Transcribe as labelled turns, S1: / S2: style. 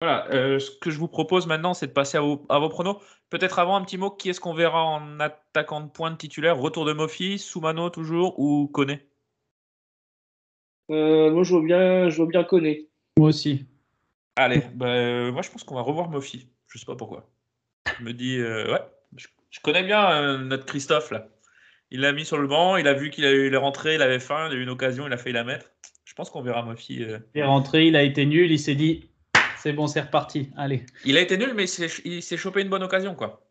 S1: Voilà, heu, ce que je vous propose maintenant, c'est de passer à vos à vos pronos. Peut-être avant un petit mot, qui est-ce qu'on verra en attaquant de pointe titulaire? Retour de Mofi, Soumano toujours ou Koné?
S2: Heu, Euh, moi je vois bien je vois bien Koné.
S3: Moi aussi.
S1: Allez, bah, heu, moi je pense qu'on va revoir Mofi, je sais pas pourquoi. Je me dis, heu, ouais, je je connais bien, heu, notre Christophe là. Il l'a mis sur le banc, il a vu qu'il a eu il est rentré, il avait faim, il a eu une occasion, il a failli la mettre. Je pense qu'on verra Mofi, euh. heu
S3: Il est rentré, il a été nul, il s'est dit: «C'est bon, c'est reparti, allez».
S1: Il a été nul, mais il s'est ch il s'est chopé une bonne occasion, quoi.